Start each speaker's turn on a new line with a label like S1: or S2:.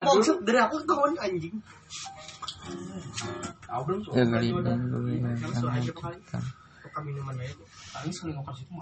S1: goblok dari aku kawan anjing
S2: Tahu belum tuh?
S3: Kegelipan
S2: Udah.
S3: dulu ya,
S2: Langsung aja
S3: sama
S2: paling.
S3: kita.
S2: Tukang minuman aja tuh. Paling sering ngoper situ.